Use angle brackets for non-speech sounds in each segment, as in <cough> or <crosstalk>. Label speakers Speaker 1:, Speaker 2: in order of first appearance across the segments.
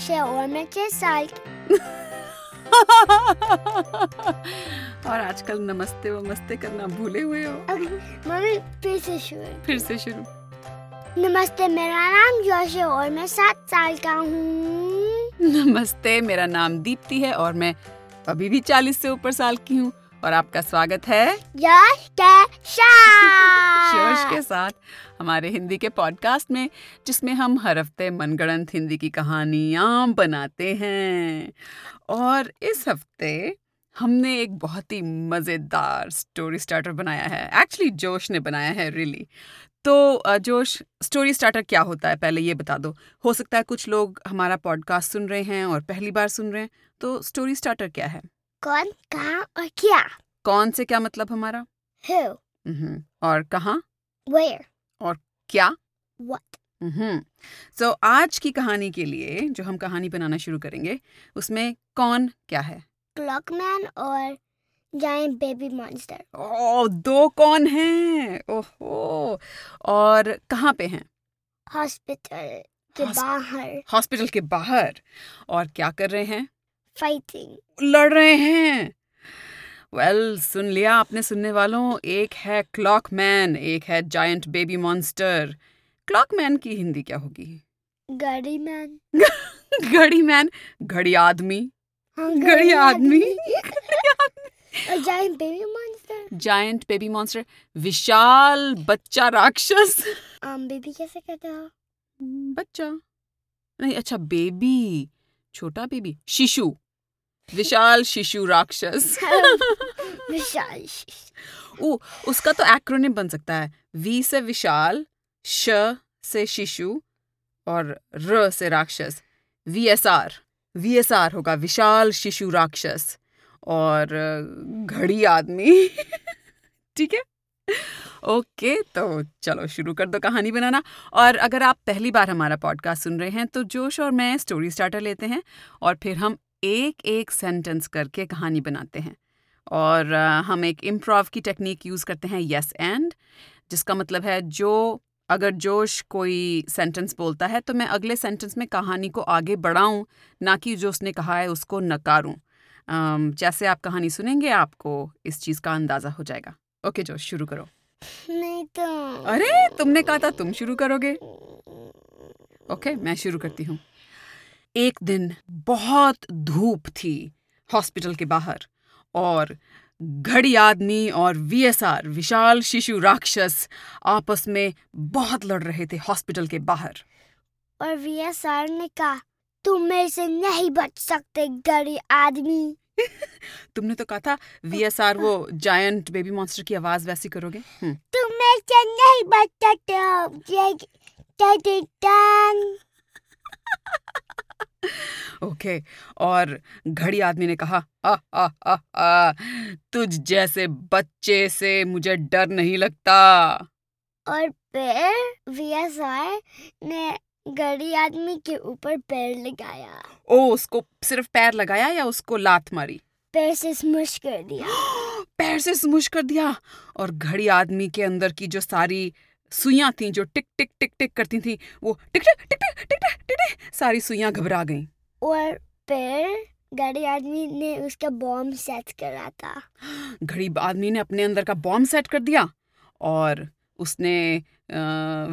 Speaker 1: się łamiecie salki. <laughs>
Speaker 2: <laughs> और आजकल नमस्ते वमस्ते करना भूले हुए हो
Speaker 1: मम्मी फिर से शुरू
Speaker 2: फिर से शुरू
Speaker 1: नमस्ते मेरा नाम जोश है और मैं सात साल का हूँ
Speaker 2: नमस्ते मेरा नाम दीप्ति है और मैं अभी भी चालीस से ऊपर साल की हूँ और आपका स्वागत है
Speaker 1: जोश के
Speaker 2: <laughs> जोश
Speaker 1: साथ
Speaker 2: के साथ हमारे हिंदी के पॉडकास्ट में जिसमें हम हर हफ्ते मनगढ़ंत हिंदी की कहानियाँ बनाते हैं और इस हफ्ते हमने एक बहुत ही मज़ेदार स्टोरी स्टार्टर बनाया है एक्चुअली जोश ने बनाया है रियली तो अ, जोश स्टोरी स्टार्टर क्या होता है पहले ये बता दो हो सकता है कुछ लोग हमारा पॉडकास्ट सुन रहे हैं और पहली बार सुन रहे हैं तो स्टोरी स्टार्टर क्या है
Speaker 1: कौन कहाँ और क्या
Speaker 2: कौन से क्या मतलब हमारा
Speaker 1: who
Speaker 2: मम्हम, और कहाँ
Speaker 1: where
Speaker 2: क्या
Speaker 1: what
Speaker 2: हम्म सो आज की कहानी के लिए जो हम कहानी बनाना शुरू करेंगे उसमें कौन क्या है
Speaker 1: clockman और giant baby monster
Speaker 2: ओ दो कौन हैं ओहो और कहाँ पे हैं
Speaker 1: hospital के
Speaker 2: हॉस-
Speaker 1: बाहर
Speaker 2: हॉस्पिटल के बाहर और क्या कर रहे हैं
Speaker 1: fighting
Speaker 2: लड़ रहे हैं वेल सुन लिया आपने सुनने वालों एक है क्लॉक मैन एक है giant baby monster clock man की हिंदी क्या होगी <laughs>
Speaker 1: गड़ी मैन
Speaker 2: घड़ी मैन घड़ी आदमी
Speaker 1: हाँ
Speaker 2: घड़ी
Speaker 1: <laughs>
Speaker 2: आदमी
Speaker 1: और giant baby monster
Speaker 2: giant baby monster विशाल बच्चा राक्षस
Speaker 1: um baby कैसे कहते हो
Speaker 2: बच्चा नहीं अच्छा बेबी छोटा बेबी शिशु विशाल शिशु राक्षस
Speaker 1: विशाल
Speaker 2: ओ उसका तो एक्रोनिम बन सकता है वी से विशाल श से शिशु और र से राक्षस V S R V S R होगा विशाल शिशु राक्षस और अ, घड़ी आदमी <laughs> ठीक है ओके तो चलो शुरू कर दो कहानी बनाना और अगर आप पहली बार हमारा पॉडकास्ट सुन रहे हैं तो जोश और मैं स्टोरी स्टार्टर लेते हैं और फिर हम एक एक सेंटेंस करके कहानी बनाते हैं और अ, हम एक इम्प्रोव की टेक्निक यूज़ करते हैं यस एंड जिसका मतलब है जो अगर जोश कोई सेंटेंस बोलता है तो मैं अगले सेंटेंस में कहानी को आगे बढ़ाऊं ना कि जो उसने कहा है उसको नकारूं अम, जैसे आप कहानी सुनेंगे आपको इस चीज़ का अंदाज़ा हो जाएगा ओके जोश शुरू करो
Speaker 1: नहीं तो
Speaker 2: अरे तुमने कहा था तुम शुरू करोगे ओके मैं शुरू करती हूँ एक दिन बहुत धूप थी हॉस्पिटल के बाहर और घड़ी आदमी और वीएसआर विशाल शिशु राक्षस आपस में बहुत लड़ रहे थे हॉस्पिटल के बाहर
Speaker 1: और रिया सर ने कहा तुम मेरे से नहीं बच सकते गड़ी आदमी
Speaker 2: तुमने तो कहा था वीएसआर वो जायंट बेबी मॉन्स्टर की आवाज वैसी करोगे हम्म,
Speaker 1: तुम मेरे से नहीं बच सकते हो ये- डैडी डैन।
Speaker 2: ओके और घड़ी आदमी ने कहा आ, आ, आ, आ, तुझ जैसे बच्चे से मुझे डर नहीं लगता
Speaker 1: और फिर रिया सर ने गड़ी आदमी के ऊपर पैर लगाया
Speaker 2: ओ उसको सिर्फ पैर लगाया या उसको लात मारी <gasps>
Speaker 1: पैर से स्मुश कर दिया
Speaker 2: पैर से स्मुश कर दिया और घड़ी आदमी के अंदर की जो सारी सुइयां थी जो टिक टिक टिक टिक करती थी वो टिक टिक टिक टिक टिक टिक टिक टिक सारी सुइयां घबरा गईं
Speaker 1: और फिर गड़ी आदमी ने उसका बॉम्ब सेट करा था
Speaker 2: घड़ी आदमी ने अपने अंदर का बॉम्ब सेट कर दिया और उसने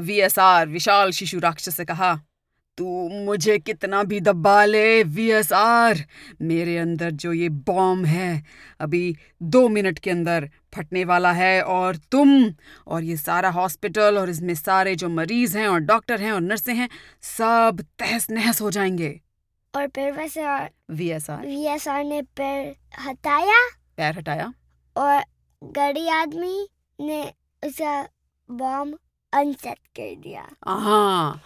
Speaker 2: वी एस आर विशाल शिशु राक्षस से कहा तू मुझे कितना भी दबा ले वी एस आर मेरे अंदर जो ये बॉम्ब है अभी दो मिनट के अंदर फटने वाला है और तुम और ये सारा हॉस्पिटल और इसमें सारे जो मरीज हैं और डॉक्टर हैं और नर्सें हैं सब तहस नहस हो जाएंगे
Speaker 1: और फिर वैसे
Speaker 2: V S R
Speaker 1: Riya sir ने पैर हटाया
Speaker 2: पैर हटाया
Speaker 1: और गड़ी आदमी ने उसका बॉम्ब अनसेट कर दिया
Speaker 2: हाँ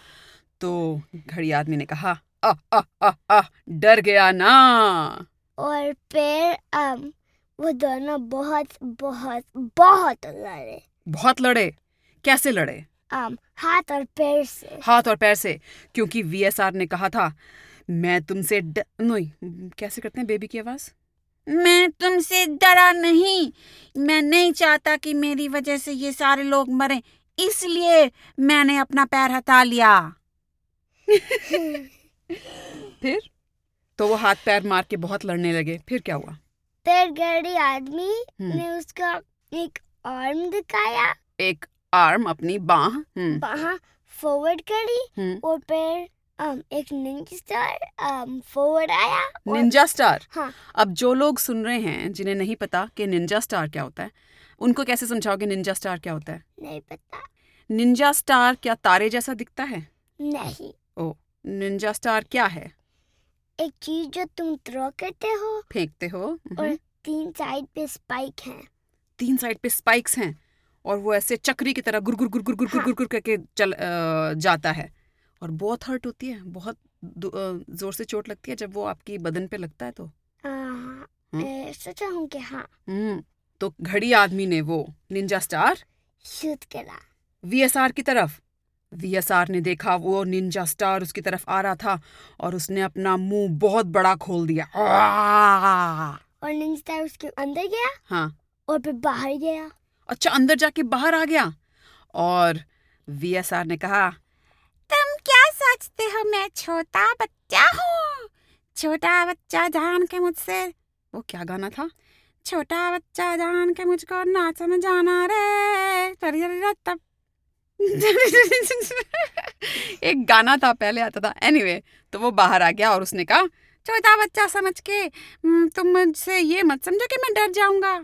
Speaker 2: तो घड़ी आदमी ने कहा आ, आ, आ, आ, डर गया ना
Speaker 1: और फिर अम वो दोनों बहुत बहुत बहुत लड़े
Speaker 2: बहुत लड़े कैसे लड़े
Speaker 1: अम हाथ और पैर
Speaker 2: <laughs>
Speaker 1: से
Speaker 2: हाथ और पैर से क्योंकि वीएसआर ने कहा था मैं तुमसे ड... नहीं कैसे करते हैं बेबी की आवाज मैं तुमसे डरा नहीं मैं नहीं चाहता कि मेरी वजह से ये सारे लोग मरे इसलिए मैंने अपना पैर हटा लिया फिर तो वो हाथ पैर मार के बहुत लड़ने लगे फिर क्या हुआ
Speaker 1: फिर गड़ी आदमी
Speaker 2: हम्म।
Speaker 1: ने उसका एक आर्म दिखाया
Speaker 2: एक आर्म अपनी बाह हम्म,
Speaker 1: वहाँ फॉरवर्ड करी
Speaker 2: हम्म,
Speaker 1: और फिर अम, एक निंजा स्टार फॉरवर्ड आया और
Speaker 2: निंजा स्टार
Speaker 1: हाँ।
Speaker 2: अब जो लोग सुन रहे हैं जिन्हें नहीं पता कि निंजा स्टार क्या होता है उनको कैसे समझाओगे निंजा स्टार क्या होता है
Speaker 1: नहीं पता
Speaker 2: निंजा स्टार क्या तारे जैसा दिखता है
Speaker 1: नहीं
Speaker 2: ओ निंजा स्टार क्या है
Speaker 1: एक चीज जो तुम थ्रो करते हो
Speaker 2: फेंकते हो मम्हम,
Speaker 1: और तीन साइड पे स्पाइक है
Speaker 2: तीन साइड पे स्पाइक्स हैं और वो ऐसे चक्री की तरह गुर गुर गुर गुर गुर गुर
Speaker 1: हाँ।
Speaker 2: गुर गुर करके चल अ, जाता है और बहुत हर्ट होती है बहुत दु- अ, जोर से चोट लगती है जब वो आपकी बदन पे लगता है तो
Speaker 1: हाँ, मैं सोचा हूँ कि हाँ
Speaker 2: हम्म तो घड़ी आदमी ने वो निंजा स्टार
Speaker 1: शूट करा
Speaker 2: वीएसआर की तरफ वीएसआर ने देखा वो निंजा स्टार उसकी तरफ आ रहा था और उसने अपना मुंह बहुत बड़ा खोल दिया आह!
Speaker 1: और निंजा स्टार उसके अंदर गया
Speaker 2: हाँ
Speaker 1: और फिर बाहर गया
Speaker 2: अच्छा अंदर जाके बाहर आ गया और वीएसआर ने कहा तुम क्या सोचते हो मैं छोटा बच्चा हूँ छोटा बच्चा जान के मुझसे वो क्या गाना था छोटा बच्चा जान के मुझको ना समझ आना रे तरी तरी रा तप। <laughs> एक गाना था पहले आता था एनीवे anyway, तो वो बाहर आ गया और उसने कहा छोटा बच्चा समझ के "हम्म, तुम मुझसे ये मत समझो कि मैं डर जाऊंगा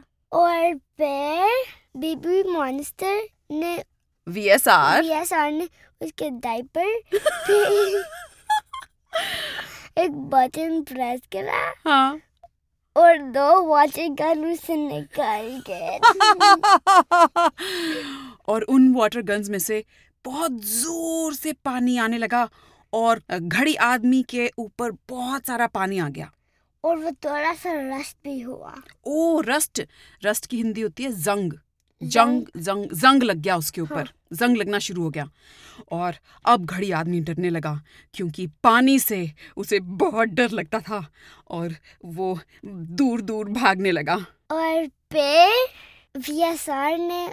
Speaker 1: और फिर बेबी मॉन्स्टर ने
Speaker 2: वीएसआर
Speaker 1: रिया सर ने उसके डायपर पे एक बटन प्रेस करा
Speaker 2: हाँ
Speaker 1: और दो वाटर गन उससे निकल गए
Speaker 2: <laughs> और उन वाटर गन्स में से बहुत जोर से पानी आने लगा और घड़ी आदमी के ऊपर बहुत सारा पानी आ गया
Speaker 1: और वो थोड़ा सा रश भी हुआ
Speaker 2: ओ रस्ट रस्ट की हिंदी होती है जंग जंग जंग जंग लग गया उसके ऊपर जंग लगना शुरू हो गया और अब घड़ी आदमी डरने लगा क्योंकि पानी से उसे बहुत डर लगता था और वो दूर दूर भागने लगा
Speaker 1: और फिर रिया सर ने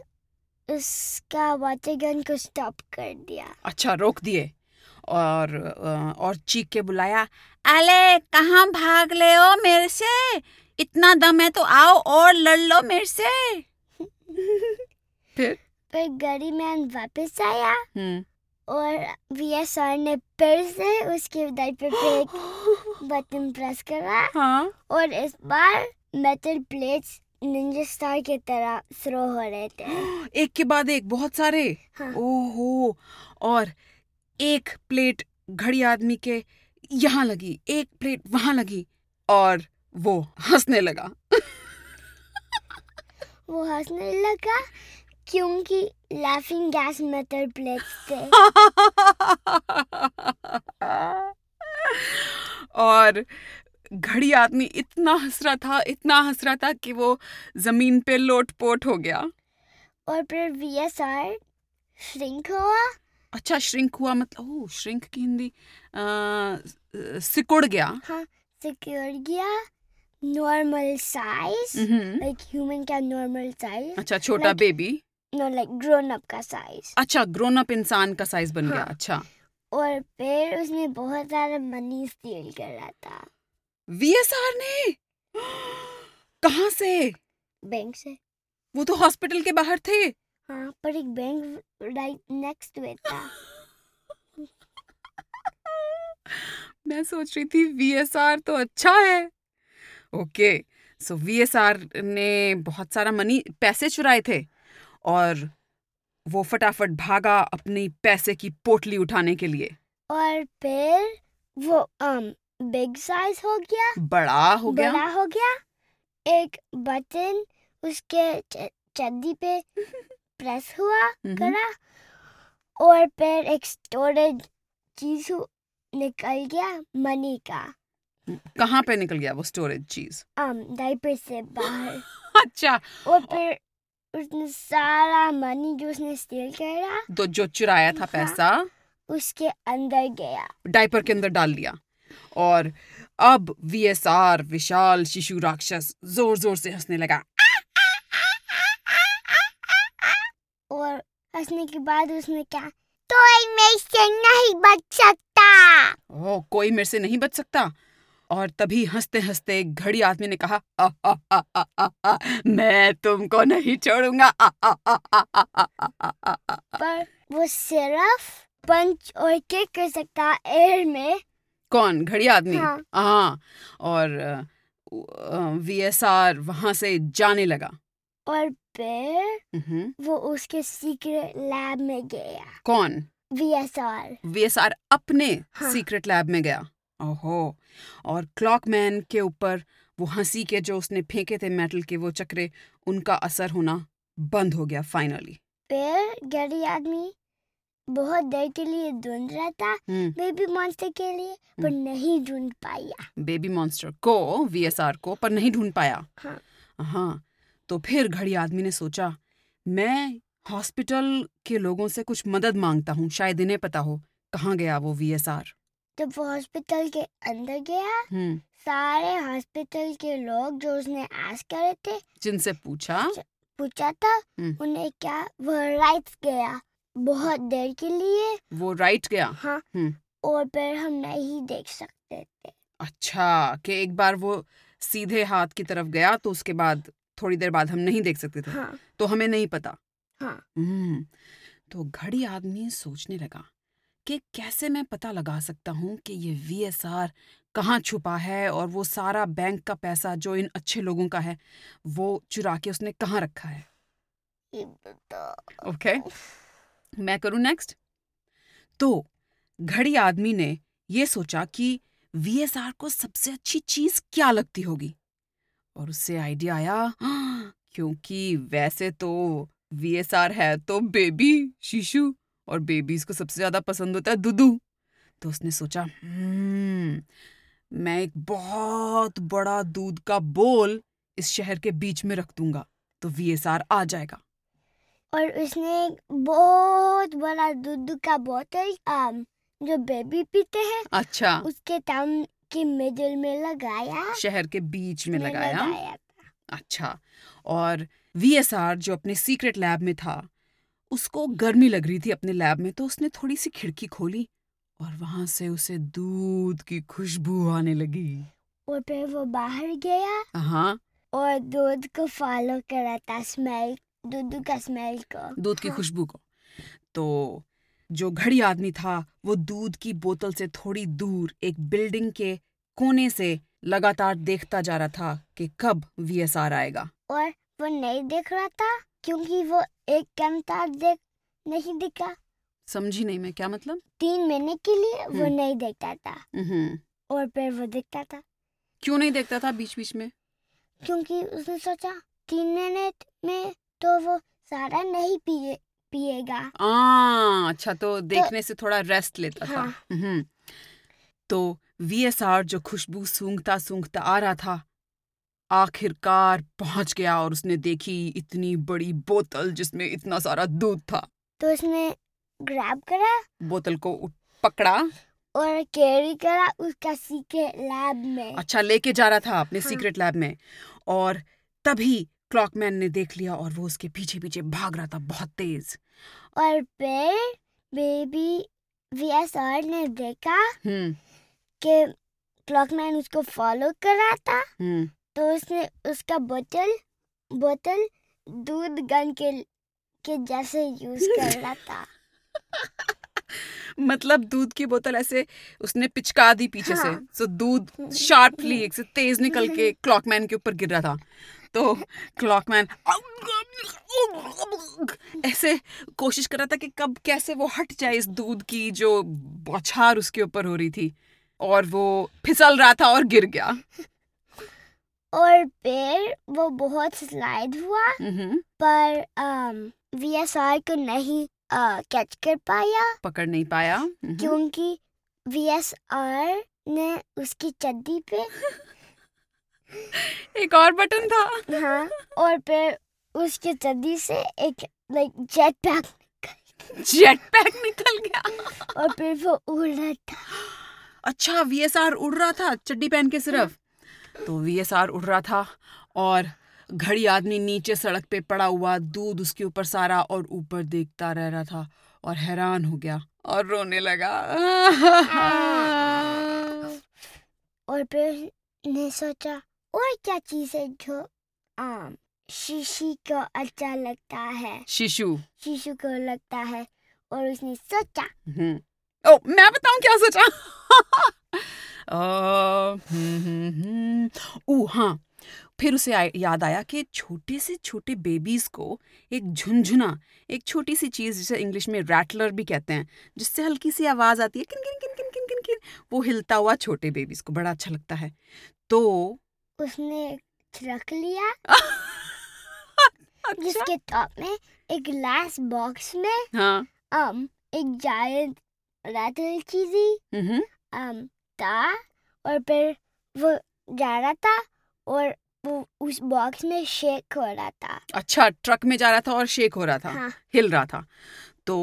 Speaker 1: उसका वाटर गन को स्टॉप कर दिया
Speaker 2: अच्छा रोक दिए और अ, और चीख के बुलाया अले कहाँ भाग ले हो मेरे से इतना दम है तो आओ और लड़ लो मेरे से फिर
Speaker 1: फिर गरी मैन वापस आया
Speaker 2: हम्म
Speaker 1: और रिया सर ने फिर से उसके
Speaker 2: <gasps>
Speaker 1: डायपर पे एक बटन प्रेस करा
Speaker 2: हाँ
Speaker 1: और इस बार मेटल प्लेट्स निंजा स्टार की तरह थ्रो हो रहे थे
Speaker 2: <gasps> एक के बाद एक बहुत सारे
Speaker 1: हाँ।
Speaker 2: ओहो और एक प्लेट घड़ी आदमी के यहाँ लगी एक प्लेट वहाँ लगी और वो हंसने लगा
Speaker 1: वो हंसने लगा क्योंकि लाफिंग गैस मेटल प्लेट्स थे
Speaker 2: और घड़ी आदमी इतना हंस रहा था इतना हंस रहा था कि वो जमीन पे लोट पोट हो गया
Speaker 1: और फिर वी एस आर श्रिंक हुआ
Speaker 2: अच्छा श्रिंक हुआ मतलब ओह श्रिंक की हिंदी अ, सिकुड़ गया
Speaker 1: हाँ सिक्योर गया नॉर्मल साइज
Speaker 2: मम्हम।
Speaker 1: लाइक ह्यूमन का नॉर्मल साइज
Speaker 2: अच्छा छोटा
Speaker 1: हम्म। Like-
Speaker 2: baby
Speaker 1: no like grown up का साइज
Speaker 2: अच्छा ग्रोन अप इंसान का साइज बन गया
Speaker 1: हाँ।
Speaker 2: अच्छा
Speaker 1: और फिर उसने बहुत सारा मनी स्टील कर रहा था
Speaker 2: वीएसआर ने <gasps> कहाँ से
Speaker 1: बैंक से
Speaker 2: वो तो हॉस्पिटल के बाहर थे
Speaker 1: हाँ पर एक bank right next to it था
Speaker 2: <laughs> मैं सोच रही थी वीएसआर तो अच्छा है ओके सो वीएसआर ने बहुत सारा मनी पैसे चुराए थे और वो फटाफट भागा अपनी पैसे की पोटली उठाने के लिए
Speaker 1: और फिर वो um, बिग साइज हो गया
Speaker 2: बड़ा हो गया
Speaker 1: बड़ा हो गया एक बटन उसके च- चड्डी पे
Speaker 2: <laughs>
Speaker 1: प्रेस हुआ
Speaker 2: मम्हम,
Speaker 1: करा और फिर एक स्टोरेज चीज हु- निकल गया मनी का
Speaker 2: कहाँ पे निकल गया वो स्टोरेज चीज
Speaker 1: um, डाइपर से बाहर
Speaker 2: अच्छा
Speaker 1: और फिर उसने सारा मनी जो उसने स्टील करा
Speaker 2: तो जो चुराया था
Speaker 1: हाँ।
Speaker 2: पैसा
Speaker 1: उसके अंदर गया
Speaker 2: डायपर के अंदर डाल लिया और अब वीएसआर विशाल शिशु राक्षस जोर जोर से हंसने लगा
Speaker 1: और हंसने के बाद उसने कहा तो मैं से नहीं बच सकता हाँ
Speaker 2: ओ कोई मेरे से नहीं बच सकता और तभी हंसते हंसते घड़ी आदमी ने कहा "आ, आ, आ, आ, आ, आ, मैं तुमको नहीं छोड़ूंगा आ, आ, आ, आ, आ, आ, आ, आ, आ, आ, आ।
Speaker 1: पर वो सिर्फ पंच और किक कर सकता है एयर में
Speaker 2: कौन घड़ी आदमी
Speaker 1: हाँ।
Speaker 2: हाँ और वी एस आर वहां से जाने लगा
Speaker 1: और फिर
Speaker 2: मम्हम,
Speaker 1: वो उसके सीक्रेट लैब में गया
Speaker 2: कौन
Speaker 1: वीएसआर
Speaker 2: वी एस आर अपने
Speaker 1: हाँ।
Speaker 2: सीक्रेट लैब में गया ओहो और क्लॉकमैन के ऊपर वो हंसी के जो उसने फेंके थे मेटल के वो चक्रे उनका असर होना बंद हो गया फाइनली
Speaker 1: फिर गरीब आदमी बहुत देर के लिए ढूंढ रहा था
Speaker 2: हम्म
Speaker 1: बेबी मॉन्स्टर के लिए पर नहीं ढूंढ पाया
Speaker 2: बेबी मॉन्स्टर को वीएसआर को पर नहीं ढूंढ पाया
Speaker 1: हाँ।
Speaker 2: हाँ तो फिर घड़ी आदमी ने सोचा मैं हॉस्पिटल के लोगों से कुछ मदद मांगता हूँ शायद इन्हें पता हो कहाँ गया वो वीएसआर
Speaker 1: जब वो हॉस्पिटल के अंदर गया
Speaker 2: हम्म
Speaker 1: सारे हॉस्पिटल के लोग जो उसने आस करे थे
Speaker 2: जिनसे पूछा
Speaker 1: पूछा था
Speaker 2: हम्म।
Speaker 1: उन्हें क्या वह राइट गया बहुत देर के लिए
Speaker 2: वो राइट गया
Speaker 1: हाँ
Speaker 2: हम्म।
Speaker 1: और फिर हम नहीं देख सकते थे
Speaker 2: अच्छा कि एक बार वो सीधे हाथ की तरफ गया तो उसके बाद थोड़ी देर बाद हम नहीं देख सकते थे
Speaker 1: हाँ
Speaker 2: तो हमें नहीं पता
Speaker 1: हाँ।
Speaker 2: हम्म, तो घड़ी आदमी सोचने लगा कि कैसे मैं पता लगा सकता हूँ कि ये वीएसआर कहाँ छुपा है और वो सारा बैंक का पैसा जो इन अच्छे लोगों का है वो चुरा के उसने कहाँ रखा है
Speaker 1: ये बताओ।
Speaker 2: ओके मैं करूँ नेक्स्ट तो घड़ी आदमी ने ये सोचा कि वीएसआर को सबसे अच्छी चीज क्या लगती होगी और उससे आइडिया आया "हाँ, क्योंकि वैसे तो वीएसआर है तो बेबी शीशु और बेबीज को सबसे ज्यादा पसंद होता है दुदू तो उसने सोचा "हम्म, मैं एक बहुत बड़ा दूध का बोल इस शहर के बीच में रख दूंगा तो वीएसआर आ जाएगा
Speaker 1: और उसने एक बहुत बड़ा दूध का बोतल आम जो बेबी पीते हैं
Speaker 2: अच्छा
Speaker 1: उसके टाउन के मिडिल में लगाया
Speaker 2: शहर के बीच में
Speaker 1: में
Speaker 2: लगाया अच्छा और वीएसआर जो अपने सीक्रेट लैब में था उसको गर्मी लग रही थी अपने लैब में तो उसने थोड़ी सी खिड़की खोली और वहां से उसे दूध की खुशबू आने लगी
Speaker 1: और फिर वो बाहर गया
Speaker 2: हाँ
Speaker 1: और दूध को फॉलो कर रहा था स्मेल दूध का स्मेल को
Speaker 2: दूध की
Speaker 1: हाँ।
Speaker 2: खुशबू को तो जो घड़ी आदमी था वो दूध की बोतल से थोड़ी दूर एक बिल्डिंग के कोने से लगातार देखता जा रहा था कि कब वीएसआर आएगा
Speaker 1: और वो नहीं देख रहा था क्योंकि वो एक कम था देख नहीं दिखा
Speaker 2: समझी नहीं मैं क्या मतलब
Speaker 1: तीन महीने के लिए वो
Speaker 2: हम्म।
Speaker 1: नहीं देखता था
Speaker 2: हम्म
Speaker 1: और फिर वो देखता था
Speaker 2: क्यों नहीं देखता था बीच बीच में
Speaker 1: क्योंकि उसने सोचा तीन महीने में तो वो सारा नहीं पिए पिएगा
Speaker 2: आ, अच्छा तो देखने से थोड़ा रेस्ट लेता था
Speaker 1: हाँ।
Speaker 2: हम्म तो वीएसआर जो खुशबू सूंघता सूंघता आ रहा था आखिरकार पहुंच गया और उसने देखी इतनी बड़ी बोतल जिसमें इतना सारा दूध था
Speaker 1: तो उसने ग्रैब करा
Speaker 2: बोतल को उठ- पकड़ा
Speaker 1: और कैरी करा उसका सीक्रेट लैब में
Speaker 2: अच्छा लेके जा रहा था अपने
Speaker 1: हाँ।
Speaker 2: सीक्रेट लैब में और तभी क्लॉकमैन ने देख लिया और वो उसके पीछे पीछे भाग रहा था बहुत तेज
Speaker 1: और फिर बेबी वीएसआर ने देखा
Speaker 2: हम्म
Speaker 1: कि क्लॉकमैन उसको फॉलो कर रहा था
Speaker 2: हम्म
Speaker 1: तो उसने उसका बोतल बोतल दूध गन के के जैसे यूज कर रहा था
Speaker 2: मतलब दूध की बोतल ऐसे उसने पिचका दी पीछे
Speaker 1: हाँ।
Speaker 2: से सो दूध शार्पली एक से तेज निकल के क्लॉकमैन के ऊपर गिर रहा था तो क्लॉकमैन ऐसे कोशिश कर रहा था कि कब कैसे वो हट जाए इस दूध की जो बौछार उसके ऊपर हो रही थी और वो फिसल रहा था और गिर गया
Speaker 1: और फिर वो बहुत स्लाइड हुआ
Speaker 2: मम्हम,
Speaker 1: पर um, वीएसआर को नहीं कैच कर पाया
Speaker 2: पकड़ नहीं पाया हम्म, मम्हम,
Speaker 1: क्योंकि वीएसआर ने उसकी चड्डी पे
Speaker 2: एक और बटन था
Speaker 1: हाँ और फिर उसकी चड्डी से एक like jet pack
Speaker 2: jet pack निकल गया
Speaker 1: और फिर वो उड़ रहा था
Speaker 2: अच्छा वीएसआर उड़ रहा था चड्डी पहन के सिर्फ तो वीएसआर उड़ रहा था और घड़ी आदमी नीचे सड़क पे पड़ा हुआ दूध उसके ऊपर सारा और ऊपर देखता रह रहा था और हैरान हो गया और रोने लगा
Speaker 1: और फिर ने सोचा और क्या चीज है जो आम शीशी को अच्छा लगता है
Speaker 2: शिशु
Speaker 1: शीशु को लगता है और उसने सोचा
Speaker 2: हम्म। ओ मैं बताऊं क्या सोचा <laughs> अ, हम्म, हम्म, हम्म। ऊ हाँ फिर उसे आय- याद आया कि छोटे से छोटे बेबीज को एक झुंझुना एक छोटी सी चीज जिसे इंग्लिश में रैटलर भी कहते हैं जिससे हल्की सी आवाज आती है किन किन किन किन किन किन किन वो हिलता हुआ छोटे बेबीज को बड़ा अच्छा लगता है तो <laughs>
Speaker 1: उसने रख लिया
Speaker 2: अच्छा
Speaker 1: जिसके टॉप में एक ग्लास बॉक्स में
Speaker 2: हाँ
Speaker 1: um एक जायंट रैटल चीजी
Speaker 2: हम्म
Speaker 1: um था और फिर वो जा रहा था और वो उस बॉक्स में शेक हो रहा था
Speaker 2: अच्छा ट्रक में जा रहा था और शेक हो रहा था
Speaker 1: हाँ
Speaker 2: हिल रहा था तो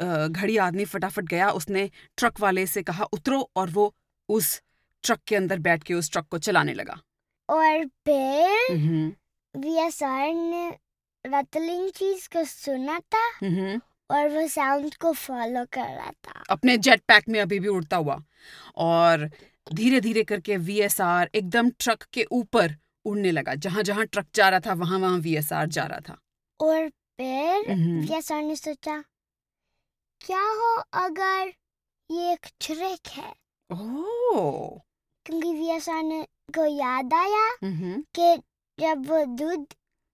Speaker 2: अ, घड़ी आदमी फटाफट गया उसने ट्रक वाले से कहा उतरो और वो उस ट्रक के अंदर बैठ के उस ट्रक को चलाने लगा
Speaker 1: और फिर
Speaker 2: हम्म,
Speaker 1: वीएसआर ने रटलिंग चीज को सुना था
Speaker 2: हम्म।
Speaker 1: और वो साउंड को फॉलो कर रहा था
Speaker 2: अपने जेट पैक में अभी भी उड़ता हुआ और धीरे धीरे करके वीएसआर एकदम ट्रक के ऊपर उड़ने लगा जहां जहां ट्रक जा रहा था वहां वहां वीएसआर जा रहा था
Speaker 1: और फिर
Speaker 2: मम्हम,
Speaker 1: वीएसआर ने सोचा क्या हो अगर ये एक ट्रिक है
Speaker 2: ओह,
Speaker 1: क्योंकि वीएसआर ने को याद आया
Speaker 2: मम्हम,
Speaker 1: कि जब वो दूध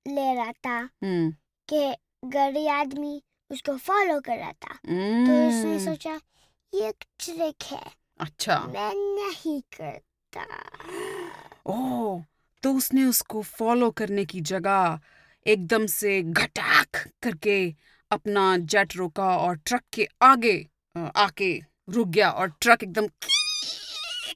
Speaker 1: ले रहा था
Speaker 2: हम्म,
Speaker 1: कि गरीब आदमी उसको फॉलो कर रहा था तो उसने
Speaker 2: हम्म,
Speaker 1: सोचा ये एक ट्रिक है
Speaker 2: अच्छा
Speaker 1: मैं नहीं करता
Speaker 2: ओह तो उसने उसको फॉलो करने की जगह एकदम से घटाक करके अपना जेट रोका और ट्रक के आगे अ, आके रुक गया और ट्रक एकदम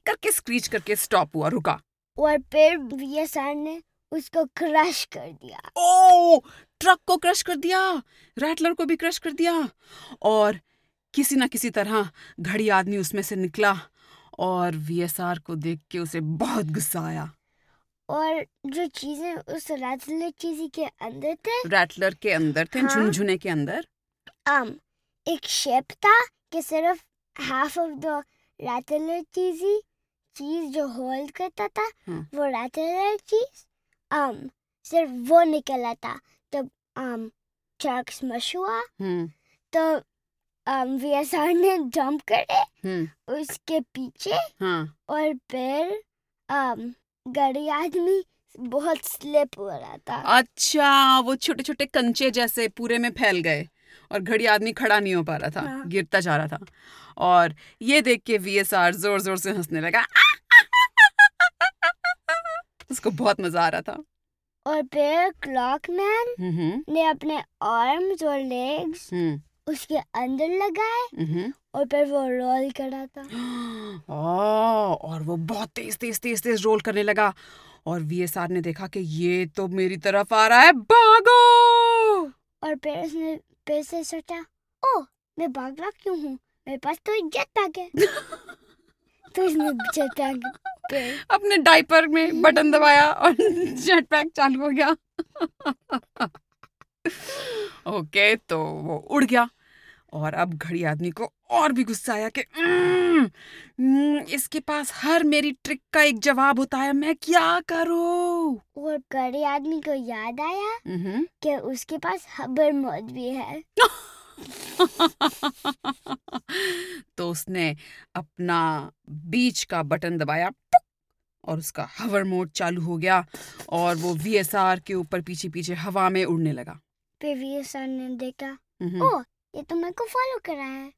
Speaker 2: करके स्क्रीच करके स्टॉप हुआ रुका
Speaker 1: और फिर वीएसआर ने उसको क्रश कर दिया
Speaker 2: ओ ट्रक को क्रश कर दिया रैटलर को भी क्रश कर दिया और किसी ना किसी तरह घड़ी आदमी उसमें से निकला और वीएसआर को देख के उसे बहुत गुस्सा आया
Speaker 1: और जो चीजें उस रैटलर चीजी के अंदर थे
Speaker 2: रैटलर के अंदर थे
Speaker 1: हाँ।
Speaker 2: झुनझुने के अंदर
Speaker 1: um, एक शेप था कि सिर्फ हाफ ऑफ द रैटलर चीजी चीज जो होल्ड करता था
Speaker 2: हाँ।
Speaker 1: वो रैटलर चीज um, सिर्फ वो निकला था जब um, ट्रक स्मश हुआ
Speaker 2: हम्म
Speaker 1: तो um, वीएसआर ने जंप करे
Speaker 2: हम्म
Speaker 1: उसके पीछे
Speaker 2: हाँ
Speaker 1: और फिर um, गड़ी आदमी बहुत स्लिप हो रहा था
Speaker 2: अच्छा वो छोटे छोटे कंचे जैसे पूरे में फैल गए और घड़ी आदमी खड़ा नहीं हो पा रहा था
Speaker 1: हाँ।
Speaker 2: गिरता जा रहा था और ये देख के वीएसआर जोर जोर से हंसने लगा उसको बहुत मजा आ रहा था
Speaker 1: और फिर क्लॉकमैन
Speaker 2: हम्म
Speaker 1: ने अपने आर्म्स और लेग्स
Speaker 2: हम्म
Speaker 1: उसके अंदर लगाए
Speaker 2: हम्म
Speaker 1: और फिर वो रोल करा था
Speaker 2: ओ, और वो बहुत तेज तेज तेज तेज रोल करने लगा और वीएसआर ने देखा कि ये तो मेरी तरफ आ रहा है भागो
Speaker 1: और फिर उसने फिर से सोचा ओ मैं भागला क्यों हूँ मेरे पास तो एक जेट पैक है तो उसने जेट पैक पे
Speaker 2: अपने डाइपर में बटन दबाया और जेट पैक चालू हो गया ओके तो वो उड़ गया और अब घड़ी आदमी को और भी गुस्सा आया कि "उम्म, उम्म, इसके पास हर मेरी ट्रिक का एक जवाब होता है मैं क्या करूं
Speaker 1: और गड़े आदमी को याद आया
Speaker 2: मम्हम।
Speaker 1: कि उसके पास हबर मौज भी है
Speaker 2: <laughs> तो उसने अपना बीच का बटन दबाया पुक, और उसका हवर मोड चालू हो गया और वो वीएसआर के ऊपर पीछे पीछे हवा में उड़ने लगा हम्म,
Speaker 1: फिर वीर सर ने देखा
Speaker 2: मम्हम।
Speaker 1: ओ ये तो मेरे को फॉलो करा है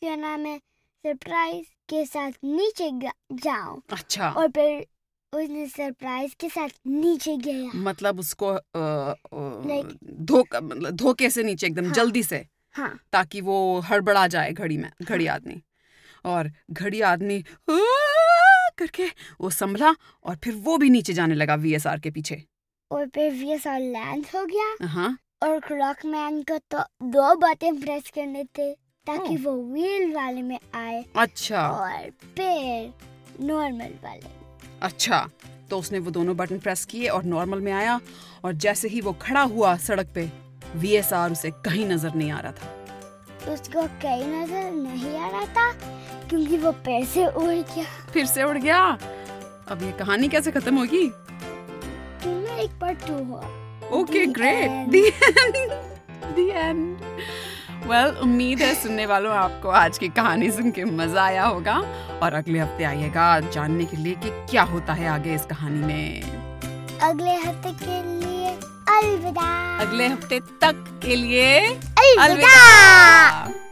Speaker 1: क्यों ना मैं सरप्राइज के साथ नीचे ग- जाऊं
Speaker 2: अच्छा
Speaker 1: और फिर उसने सरप्राइज के साथ नीचे गया
Speaker 2: मतलब उसको अ,
Speaker 1: Like-
Speaker 2: अ, धोखा मतलब धोखे से नीचे एकदम
Speaker 1: हाँ।
Speaker 2: जल्दी से
Speaker 1: हाँ
Speaker 2: ताकि वो हड़बड़ा जाए घड़ी में घड़ी आदमी और घड़ी आदमी "आ!" करके वो संभला और फिर वो भी नीचे जाने लगा वीएसआर के पीछे
Speaker 1: और फिर वीएसआर लैंड हो गया
Speaker 2: हाँ
Speaker 1: और क्लॉकमैन को तो दो बटन प्रेस करने थे ताकि
Speaker 2: ओह।
Speaker 1: वो व्हील वाले में आए
Speaker 2: अच्छा
Speaker 1: और फिर नॉर्मल वाले
Speaker 2: अच्छा तो उसने वो दोनों बटन प्रेस किए और नॉर्मल में आया और जैसे ही वो खड़ा हुआ सड़क पे वीएसआर उसे कहीं नजर नहीं आ रहा था
Speaker 1: उसको कई नजर नहीं आ रहा था क्योंकि वो पेड़ से उड़ गया
Speaker 2: फिर से उड़ गया अब ये कहानी कैसे खत्म होगी
Speaker 1: तुम्हें एक बार टू हुआ
Speaker 2: okay
Speaker 1: The
Speaker 2: great
Speaker 1: end.
Speaker 2: The end the end well उम्मीद है सुनने वालों आपको आज की कहानी सुन के मजा आया होगा और अगले हफ्ते आइएगा जानने के लिए कि क्या होता है आगे इस कहानी में
Speaker 1: अगले हफ्ते के लिए अलविदा
Speaker 2: अगले हफ्ते तक के लिए
Speaker 1: अलविदा
Speaker 2: अलविदा